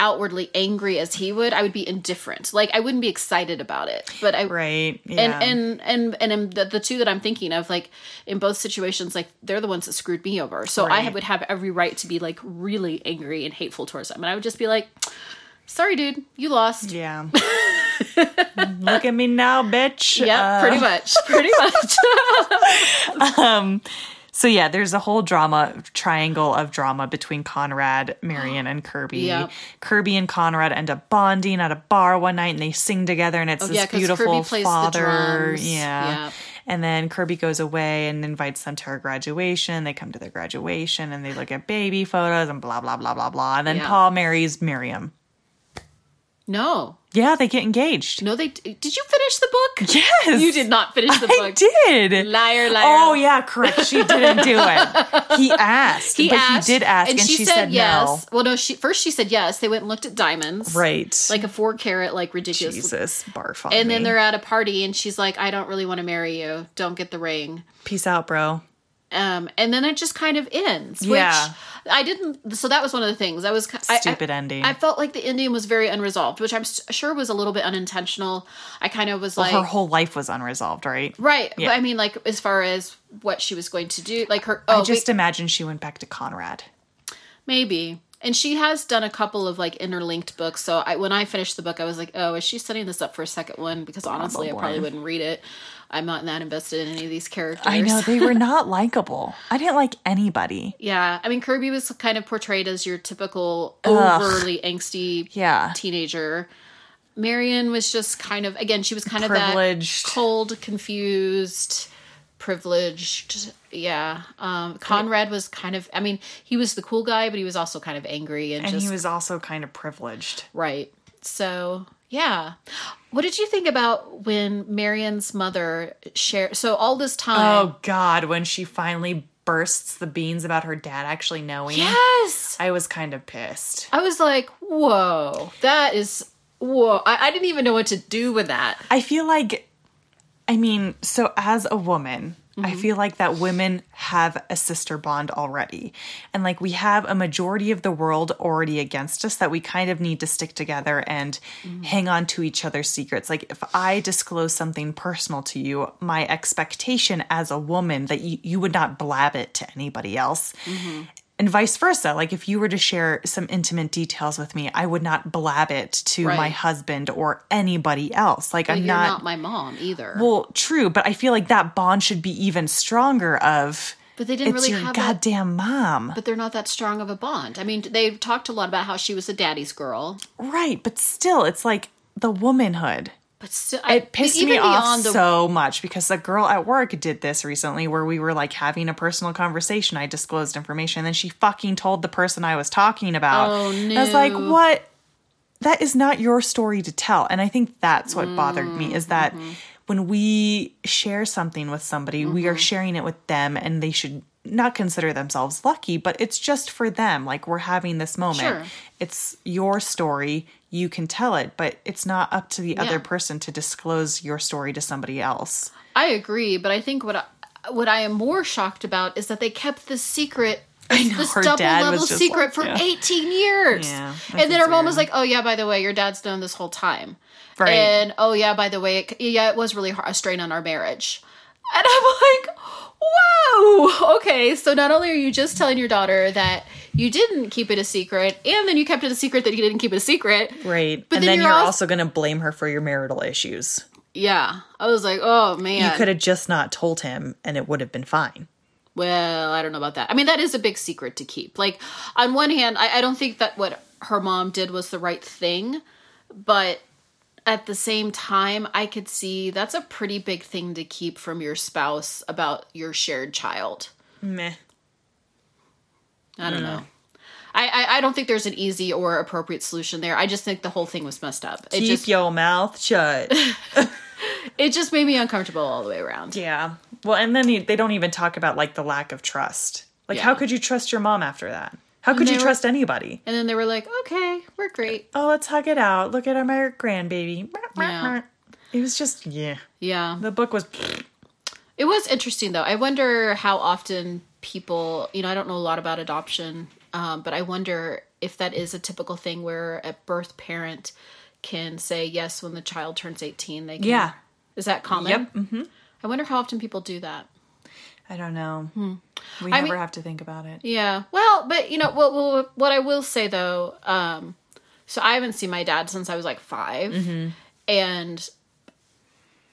Speaker 1: outwardly angry as he would. I would be indifferent. Like I wouldn't be excited about it. But I
Speaker 2: Right. Yeah.
Speaker 1: and and and and in the, the two that I'm thinking of, like in both situations, like they're the ones that screwed me over. So I
Speaker 2: Right.
Speaker 1: would have every right to be like really angry and hateful towards them, and I would just be like, "Sorry, dude, you lost." Yeah.
Speaker 2: yeah. Look at me now, bitch. Uh,
Speaker 1: pretty much. Pretty much.
Speaker 2: So yeah, there's a whole drama triangle of drama between Conrad, Marion, and Kirby.
Speaker 1: Yep.
Speaker 2: Kirby and Conrad end up bonding at a bar one night, and they sing together, and it's this
Speaker 1: Oh, yeah, 'cause
Speaker 2: beautiful
Speaker 1: Kirby plays the
Speaker 2: father.
Speaker 1: drums.
Speaker 2: Yeah.
Speaker 1: Yep.
Speaker 2: And then Kirby goes away and invites them to her graduation. They come to their graduation and they look at baby photos and blah blah blah blah blah. And then
Speaker 1: Yeah.
Speaker 2: Paul marries Miriam.
Speaker 1: no,
Speaker 2: Yeah, they get engaged.
Speaker 1: no, they did. You finish the book?
Speaker 2: Yes,
Speaker 1: You did not finish the book.
Speaker 2: I did.
Speaker 1: Liar, liar.
Speaker 2: Oh yeah, correct. She didn't do it. He asked.
Speaker 1: he
Speaker 2: but
Speaker 1: asked,
Speaker 2: he did ask, and, she, said,
Speaker 1: yes. Well, no, she first she said yes. They went and looked at diamonds,
Speaker 2: no. Right.
Speaker 1: Like a four carat, like ridiculous.
Speaker 2: Jesus, barf on
Speaker 1: And
Speaker 2: me.
Speaker 1: then they're at a party, and she's like, "I don't really want to marry you. Don't get the ring."
Speaker 2: peace out, bro.
Speaker 1: Um, and then it just kind of ends.
Speaker 2: Yeah.
Speaker 1: Which I didn't. So that was one of the things I was ki- I- I-
Speaker 2: Stupid ending.
Speaker 1: I felt like the ending was very unresolved, which I'm s- sure was a little bit unintentional. I kind of was like,
Speaker 2: Her whole life was unresolved, right?
Speaker 1: right?
Speaker 2: Yeah.
Speaker 1: But I mean, like as far as what she was going to do, like her. Oh,
Speaker 2: I
Speaker 1: wait,
Speaker 2: just imagine she went back to Conrad.
Speaker 1: Maybe. And she has done a couple of like interlinked books. So I, when I finished the book, I was like, oh, is she setting this up for a second one? Because honestly, I probably
Speaker 2: Probably.
Speaker 1: wouldn't read it. I'm not that invested in any of these characters.
Speaker 2: I know they were not likable. I didn't like anybody.
Speaker 1: Yeah. I mean, Kirby was kind of portrayed as your typical
Speaker 2: Ugh.
Speaker 1: overly angsty
Speaker 2: Yeah.
Speaker 1: teenager. Marion was just kind of again, she was kind of
Speaker 2: Privileged.
Speaker 1: that cold, confused, privileged. Yeah. Um Conrad was kind of I mean, he was the cool guy, but he was also kind of angry and,
Speaker 2: and
Speaker 1: just
Speaker 2: he was also kind of privileged.
Speaker 1: right. So yeah. What did you think about when Marion's mother shared so all this time
Speaker 2: Oh God, when she finally bursts the beans about her dad actually knowing,
Speaker 1: Yes.
Speaker 2: I was kind of pissed.
Speaker 1: I was like, whoa, that is whoa. I, I didn't even know what to do with that.
Speaker 2: I feel like, I mean, so as a woman, I feel like that women have a sister bond already. And like we have a majority of the world already against us that we kind of need to stick together and hang on to each other's secrets. Like if I disclose something personal to you, my expectation as a woman that you, you would not blab it to anybody else. And vice versa. Like, if you were to share some intimate details with me, I would not blab it to my
Speaker 1: Right.
Speaker 2: husband or anybody else. Like, I'm
Speaker 1: You're
Speaker 2: not,
Speaker 1: not, my mom either.
Speaker 2: well, true, but I feel like that bond should be even stronger. Of
Speaker 1: But they didn't
Speaker 2: it's
Speaker 1: really
Speaker 2: your
Speaker 1: have that-
Speaker 2: goddamn mom,
Speaker 1: but they're not that strong of a bond. I mean, they talked a lot about how she was a daddy's girl,
Speaker 2: right? But still, it's like the womanhood.
Speaker 1: but still, I,
Speaker 2: It pissed me off so much because a girl at work did this recently where we were like having a personal conversation. I disclosed information and then she fucking told the person I was talking about.
Speaker 1: Oh,
Speaker 2: And I was like,
Speaker 1: no.
Speaker 2: what? That is not your story to tell. And I think that's what bothered me is that
Speaker 1: Mm-hmm.
Speaker 2: when we share something with somebody, we
Speaker 1: Mm-hmm.
Speaker 2: are sharing it with them and they should not consider themselves lucky, but it's just for them. Like we're having this moment.
Speaker 1: Sure.
Speaker 2: It's your story. You can tell it, but it's not up to the other person to disclose your story to somebody else.
Speaker 1: I agree, but I think what I, what I am more shocked about is that they kept this secret. this
Speaker 2: her
Speaker 1: double
Speaker 2: dad
Speaker 1: level
Speaker 2: was just
Speaker 1: secret
Speaker 2: like,
Speaker 1: for
Speaker 2: yeah.
Speaker 1: 18 years.
Speaker 2: Yeah, I
Speaker 1: and then her
Speaker 2: think
Speaker 1: mom
Speaker 2: so.
Speaker 1: was like, Oh, yeah, by the way, your dad's known this whole time.
Speaker 2: Right.
Speaker 1: And oh, yeah, by the way, it, yeah, it was really hard, a strain on our marriage. And I'm like, Whoa, okay. So not only are you just telling your daughter that you didn't keep it a secret, and then you kept it a secret that you didn't keep it a secret.
Speaker 2: Right.
Speaker 1: But And then then you're you're als-
Speaker 2: going to blame her for your marital issues.
Speaker 1: Yeah. I was like, Oh, man.
Speaker 2: have just not told him and it would have been fine.
Speaker 1: Well, I don't know about that. I mean, that is a big secret to keep. Like, on one hand, I, I don't think that what her mom did was the right thing, but at the same time, I could see that's a pretty big thing to keep from your spouse about your shared child.
Speaker 2: Meh.
Speaker 1: I don't know. I, I, I don't think there's an easy or appropriate solution there. I just think the whole thing was messed up. It just
Speaker 2: your mouth shut.
Speaker 1: it just made me uncomfortable all the way around.
Speaker 2: yeah. Well, and then you- they don't even talk about like the lack of trust. Like,
Speaker 1: Yeah.
Speaker 2: how could you trust your mom after that? How could you
Speaker 1: they were-
Speaker 2: trust anybody?
Speaker 1: And then they were like, "Okay, we're great."
Speaker 2: Oh, let's hug it out. Look at our mer- grandbaby.
Speaker 1: Yeah.
Speaker 2: It was just, yeah.
Speaker 1: Yeah.
Speaker 2: The book was.
Speaker 1: It was interesting though. I wonder how often people, you know, I don't know a lot about adoption, um, but I wonder if that is a typical thing where a birth parent can say yes when the child turns 18. They can,
Speaker 2: Yeah.
Speaker 1: Is that common?
Speaker 2: Yep. mm-hmm.
Speaker 1: I wonder how often people do that.
Speaker 2: I don't know. We
Speaker 1: Hmm. I
Speaker 2: never
Speaker 1: mean-
Speaker 2: have to think about it.
Speaker 1: Yeah. Well, but you know what? What, what I will say though, um, so I haven't seen my dad since I was like 5 and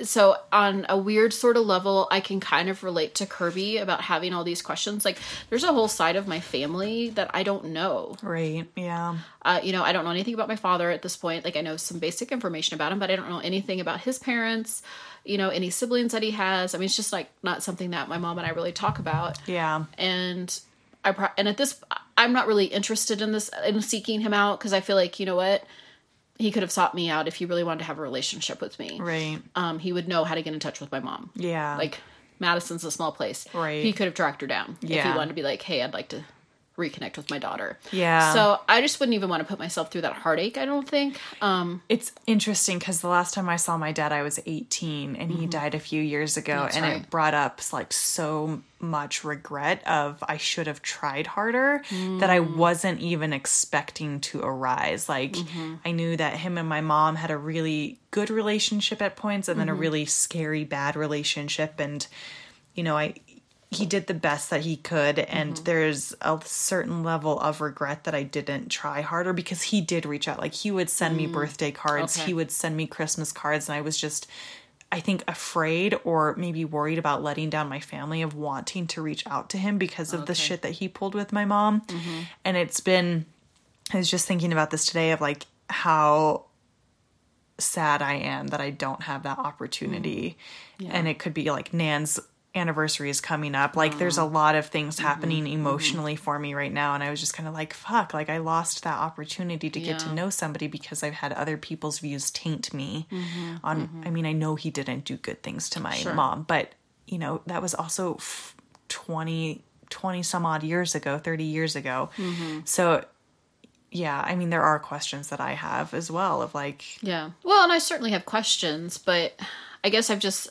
Speaker 1: so on a weird sort of level, I can kind of relate to Kirby about having all these questions. Like, there's a whole side of my family that I don't know.
Speaker 2: Right. Yeah.
Speaker 1: Uh, you know, I don't know anything about my father at this point. Like, I know some basic information about him, but I don't know anything about his parents. You know, any siblings that he has. I mean, it's just like not something that my mom and I really talk about
Speaker 2: Yeah.
Speaker 1: and I pro- and at this I'm not really interested in this in seeking him out because I feel like you know what he could have sought me out if he really wanted to have a relationship with me.
Speaker 2: Right.
Speaker 1: Um, he would know how to get in touch with my mom.
Speaker 2: Yeah.
Speaker 1: Like Madison's a small place.
Speaker 2: Right.
Speaker 1: He could have tracked her down if he
Speaker 2: Yeah.
Speaker 1: wanted to be like, hey, I'd like to reconnect with my daughter.
Speaker 2: Yeah.
Speaker 1: So I just wouldn't even want to put myself through that heartache. I don't think. Um,
Speaker 2: It's interesting because the last time I saw my dad, I was 18 and he died a few years ago. and
Speaker 1: Mm-hmm. right.
Speaker 2: it brought up like so much regret of I should have tried harder that I
Speaker 1: Mm.
Speaker 2: wasn't even expecting to arise. Like
Speaker 1: Mm-hmm.
Speaker 2: I knew that him and my mom had a really good relationship at points and then
Speaker 1: Mm-hmm.
Speaker 2: a really scary, bad relationship. And, you know, I. He did the best that he could, and there's a certain level of regret that I didn't try harder because he did reach out. Like, he would send me birthday cards,
Speaker 1: Okay.
Speaker 2: he would send me Christmas cards, and I was just, I think, afraid or maybe worried about letting down my family of wanting to reach out to him because of the shit that he pulled with my mom. And it's been, I was just thinking about this today of like how sad I am that I don't have that opportunity. And it could be like Nan's anniversary is coming up. Like there's a lot of things happening emotionally for me right now. And I was just kind of like, fuck, like I lost that opportunity to get
Speaker 1: Yeah.
Speaker 2: to know somebody because I've had other people's views taint me on I mean, I know he didn't do good things to my mom, but you know, that was also f- 20 20 some odd years ago, 30 years ago. So yeah, I mean there are questions that I have as well of like
Speaker 1: Yeah. Well, and I certainly have questions, but I guess I've just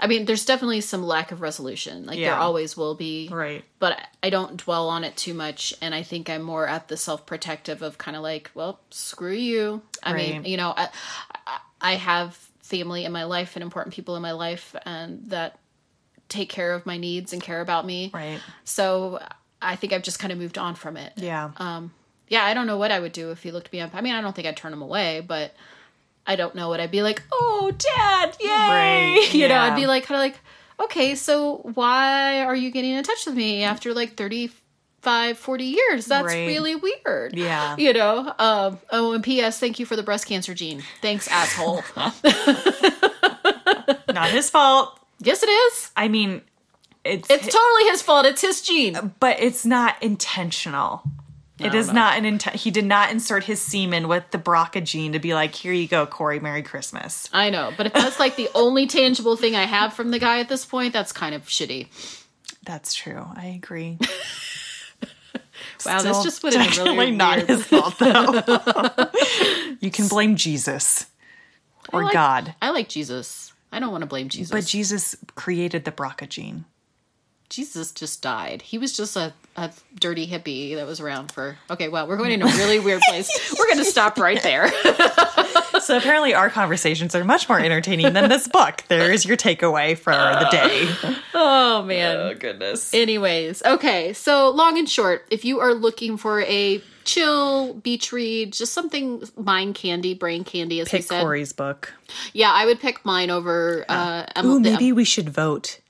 Speaker 1: I mean, there's definitely some lack of resolution. Like there
Speaker 2: Yeah.
Speaker 1: always will be.
Speaker 2: Right.
Speaker 1: But I don't dwell on it too much and I think I'm more at the self-protective of kind of like, well, screw you. I mean,
Speaker 2: Right.
Speaker 1: you know, I I- I have family in my life and important people in my life and that take care of my needs and care about me.
Speaker 2: Right.
Speaker 1: So I think I've just kind of moved on from it.
Speaker 2: Yeah.
Speaker 1: yeah, I don't know what I would do if he looked me up. I mean, I don't think I'd turn him away, but I don't know what I'd be like. Oh, dad, yay!
Speaker 2: Right,
Speaker 1: You know, I'd
Speaker 2: yeah.
Speaker 1: be like, kind of like, okay, so why are you getting in touch with me after like 35, 40 years? That's
Speaker 2: Right.
Speaker 1: really weird.
Speaker 2: Yeah.
Speaker 1: You know, um, oh, and P.S. Thank you for the breast cancer gene. Thanks, asshole.
Speaker 2: Not his fault.
Speaker 1: yes, it is.
Speaker 2: I mean, it's,
Speaker 1: It's totally his fault. It's his gene.
Speaker 2: but it's not intentional. It
Speaker 1: don't
Speaker 2: is
Speaker 1: know.
Speaker 2: not an intent. He did not insert his semen with the BRCA gene to be like, here you go, Corey, Merry Christmas.
Speaker 1: I know, but if that's like the only tangible thing I have from the guy at this point, that's kind of shitty.
Speaker 2: That's true. I agree.
Speaker 1: Wow,
Speaker 2: Still
Speaker 1: this just went in a really
Speaker 2: definitely not
Speaker 1: weird-
Speaker 2: his fault though. you can blame Jesus or
Speaker 1: I like-
Speaker 2: God,
Speaker 1: I like Jesus. I don't want to blame Jesus.
Speaker 2: but
Speaker 1: But
Speaker 2: Jesus created the BRCA gene.
Speaker 1: Jesus just died. He was just a, a dirty hippie that was around for. Okay, well, we're going in a really weird place. We're going to stop right there.
Speaker 2: So apparently, our conversations are much more entertaining than this book. There is your takeaway for the day.
Speaker 1: Oh, man.
Speaker 2: goodness.
Speaker 1: Anyways, okay, so long and short, if you are looking for a chill beach read, just something mind candy, brain candy, as we
Speaker 2: Pick
Speaker 1: said.
Speaker 2: Corey's book.
Speaker 1: Yeah, I would pick mine over uh,
Speaker 2: Ooh,
Speaker 1: Emily.
Speaker 2: maybe we should vote.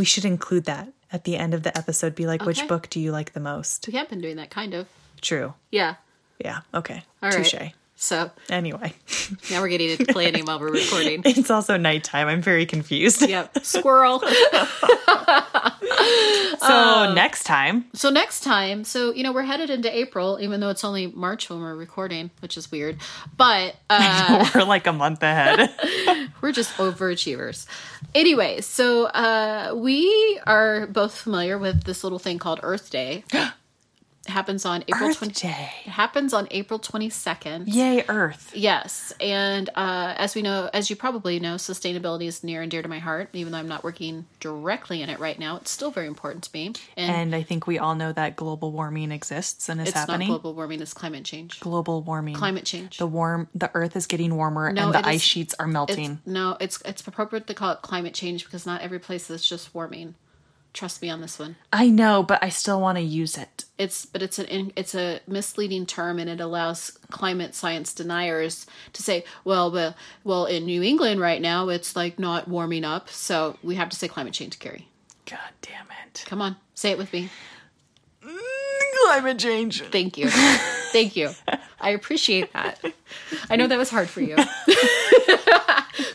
Speaker 2: We should include that at the end of the episode. Be like,
Speaker 1: Okay.
Speaker 2: which book do you like the most?
Speaker 1: We have been doing that kind of.
Speaker 2: True.
Speaker 1: Yeah.
Speaker 2: Yeah. Okay.
Speaker 1: All right.
Speaker 2: Touche.
Speaker 1: So
Speaker 2: Anyway,
Speaker 1: now we're getting into planning while we're recording.
Speaker 2: it's also nighttime. I'm very confused.
Speaker 1: Yep. Squirrel.
Speaker 2: So
Speaker 1: Um,
Speaker 2: next time,
Speaker 1: So next time, so you know we're headed into April, even though it's only March when we're recording, which is weird. But uh,
Speaker 2: we're like a month ahead.
Speaker 1: we're just overachievers. Anyway, so uh, we are both familiar with this little thing called Earth Day. happens on April
Speaker 2: Earth
Speaker 1: 20-
Speaker 2: Day.
Speaker 1: happens on April twenty second.
Speaker 2: Yay, Earth.
Speaker 1: Yes, and uh, as we know, as you probably know, sustainability is near and dear to my heart. Even though I'm not working directly in it right now, it's still very important to me. And,
Speaker 2: And I think we all know that global warming exists and is
Speaker 1: it's
Speaker 2: happening.
Speaker 1: not
Speaker 2: global.
Speaker 1: global warming; it's climate change.
Speaker 2: warming.
Speaker 1: Climate change.
Speaker 2: The warm. The Earth is getting warmer,
Speaker 1: No,
Speaker 2: and
Speaker 1: it
Speaker 2: the
Speaker 1: is-
Speaker 2: ice sheets are melting.
Speaker 1: No, it's it's appropriate to call it climate change because not every place is just warming. Trust me on this one.
Speaker 2: I know, but I still want to use it.
Speaker 1: It's but it's an in- it's a misleading term and it allows climate science deniers to say, well, well, well, in New England right now it's like not warming up, so we have to say climate change, Carrie.
Speaker 2: God damn it.
Speaker 1: Come on, say it with me.
Speaker 2: Climate change.
Speaker 1: Thank you. Thank you. I appreciate that. I know that was hard for you.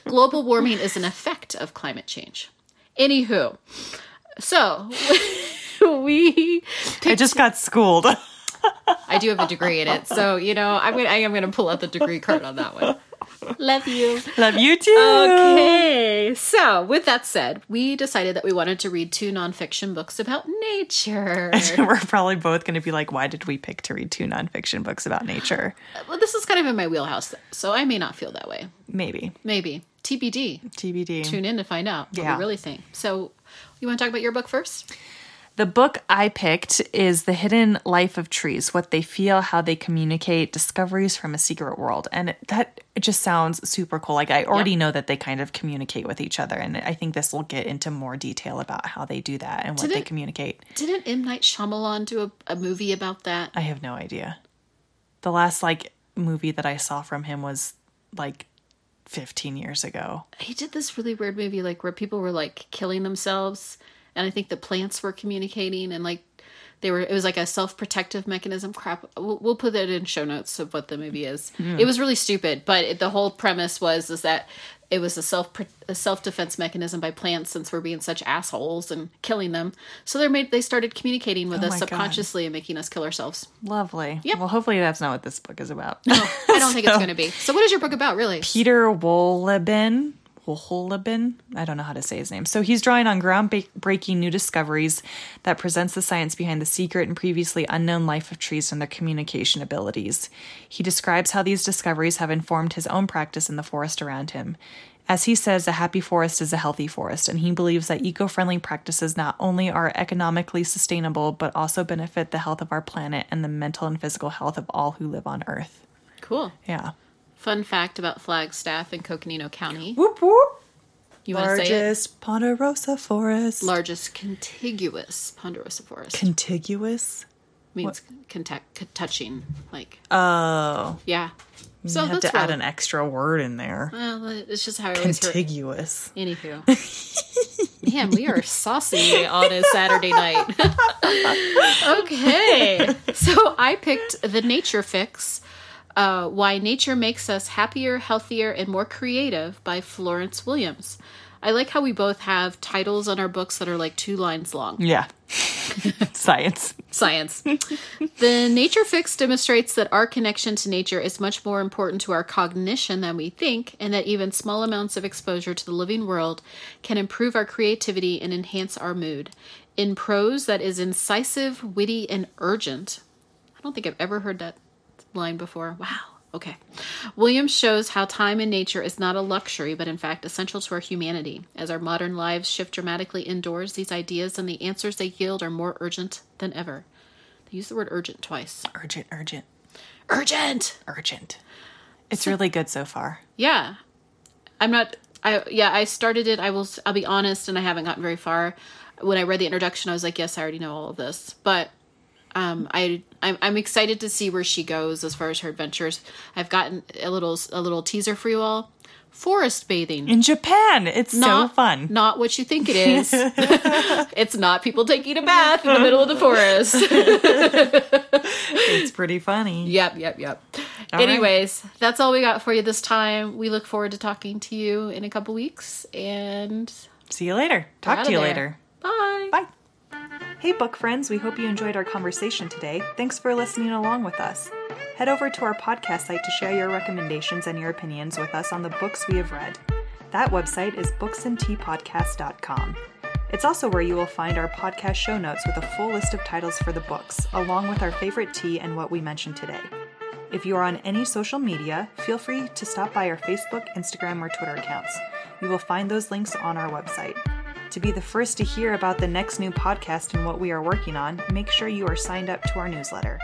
Speaker 1: Global warming is an effect of climate change. Anywho, so we
Speaker 2: I just got schooled.
Speaker 1: I do have a degree in it, so you know I'm gonna I am gonna pull out the degree card on that one. Love you.
Speaker 2: Love you too.
Speaker 1: Okay, so with that said, we decided that we wanted to read two nonfiction books about nature.
Speaker 2: We're probably both going to be like, why did we pick to read two nonfiction books about nature?
Speaker 1: well, this is kind of in my wheelhouse, so I may not feel that way.
Speaker 2: Maybe.
Speaker 1: Maybe. TBD.
Speaker 2: TBD.
Speaker 1: Tune in to find out what
Speaker 2: Yeah.
Speaker 1: we really think. So, you want to talk about your book first?
Speaker 2: The book I picked is The Hidden Life of Trees What They Feel, How They Communicate, Discoveries from a Secret World. And that just sounds super cool. Like, I already know that they kind of communicate with each other. And I think this will get into more detail about how they do that and what they
Speaker 1: it-
Speaker 2: communicate.
Speaker 1: Didn't M. Night Shyamalan do a, a movie about that?
Speaker 2: I have no idea. The last like movie that I saw from him was like 15 years ago.
Speaker 1: He did this really weird movie, like where people were like killing themselves, and I think the plants were communicating, and like They were it was like a self protective mechanism. Crap, we'll, we'll put that in show notes of what the movie is. It was really stupid, but it, the whole premise was is that it was a self a self defense mechanism by plants since we're being such assholes and killing them. So they made they started communicating with us
Speaker 2: my God.
Speaker 1: subconsciously and making us kill ourselves.
Speaker 2: Lovely. Well, hopefully that's not what this book is about.
Speaker 1: I don't think it's going to be. So what is your book about really?
Speaker 2: Peter Wohleben. Wohleben? I don't know how to say his name. So he's drawing on groundbreaking new discoveries that presents the science behind the secret and previously unknown life of trees and their communication abilities. He describes how these discoveries have informed his own practice in the forest around him. As he says, a happy forest is a healthy forest, and he believes that eco friendly practices not only are economically sustainable, but also benefit the health of our planet and the mental and physical health of all who live on Earth.
Speaker 1: Cool.
Speaker 2: Yeah.
Speaker 1: Fun fact about Flagstaff in Coconino County.
Speaker 2: Whoop whoop.
Speaker 1: You want to say it?
Speaker 2: largest ponderosa forest
Speaker 1: Largest contiguous ponderosa forest
Speaker 2: contiguous
Speaker 1: means contact, touching. Like
Speaker 2: oh
Speaker 1: yeah.
Speaker 2: you
Speaker 1: So
Speaker 2: have
Speaker 1: that's
Speaker 2: to add
Speaker 1: why-
Speaker 2: an extra word in there
Speaker 1: Well, it's just how I always hear. it.
Speaker 2: contiguous
Speaker 1: Anywho, man, we are saucy on a Saturday night. okay, so I picked the Nature Fix: uh, Why Nature Makes Us Happier, Healthier, and More Creative by Florence Williams. I like how we both have titles on our books that are like two lines long.
Speaker 2: yeah science
Speaker 1: Science. the nature fix demonstrates that our connection to nature is much more important to our cognition than we think, and that even small amounts of exposure to the living world can improve our creativity and enhance our mood. In prose that is incisive, witty, and urgent. I don't think I've ever heard that line before. Wow. Okay. Williams shows how time in nature is not a luxury, but in fact essential to our humanity. As our modern lives shift dramatically indoors, these ideas and the answers they yield are more urgent than ever. They use the word urgent twice.
Speaker 2: urgent urgent
Speaker 1: Urgent!
Speaker 2: urgent it's really good so far
Speaker 1: Yeah. I'm not, I, yeah, I started it. I will, I'll be honest, and I haven't gotten very far. When I read the introduction, I was like, yes, I already know all of this. But um, I I'm, I'm excited to see where she goes as far as her adventures. I've gotten a little a little teaser for you all. Forest bathing.
Speaker 2: in japan it's so fun
Speaker 1: Not what you think it is. it's not people taking a bath in the middle of the forest.
Speaker 2: it's pretty funny
Speaker 1: Yep, yep, yep.
Speaker 2: right.
Speaker 1: Anyways, that's all we got for you this time. We look forward to talking to you in a couple weeks and
Speaker 2: see you later talk
Speaker 1: outta
Speaker 2: to you
Speaker 1: there.
Speaker 2: later
Speaker 1: Bye.
Speaker 2: Bye. Hey, book friends, we hope you enjoyed our conversation today. Thanks for listening along with us. Head over to our podcast site to share your recommendations and your opinions with us on the books we have read. That website is booksandteapodcast.com. It's also where you will find our podcast show notes with a full list of titles for the books, along with our favorite tea and what we mentioned today. If you are on any social media, feel free to stop by our Facebook, Instagram, or Twitter accounts. You will find those links on our website. To be the first to hear about the next new podcast and what we are working on, make sure you are signed up to our newsletter.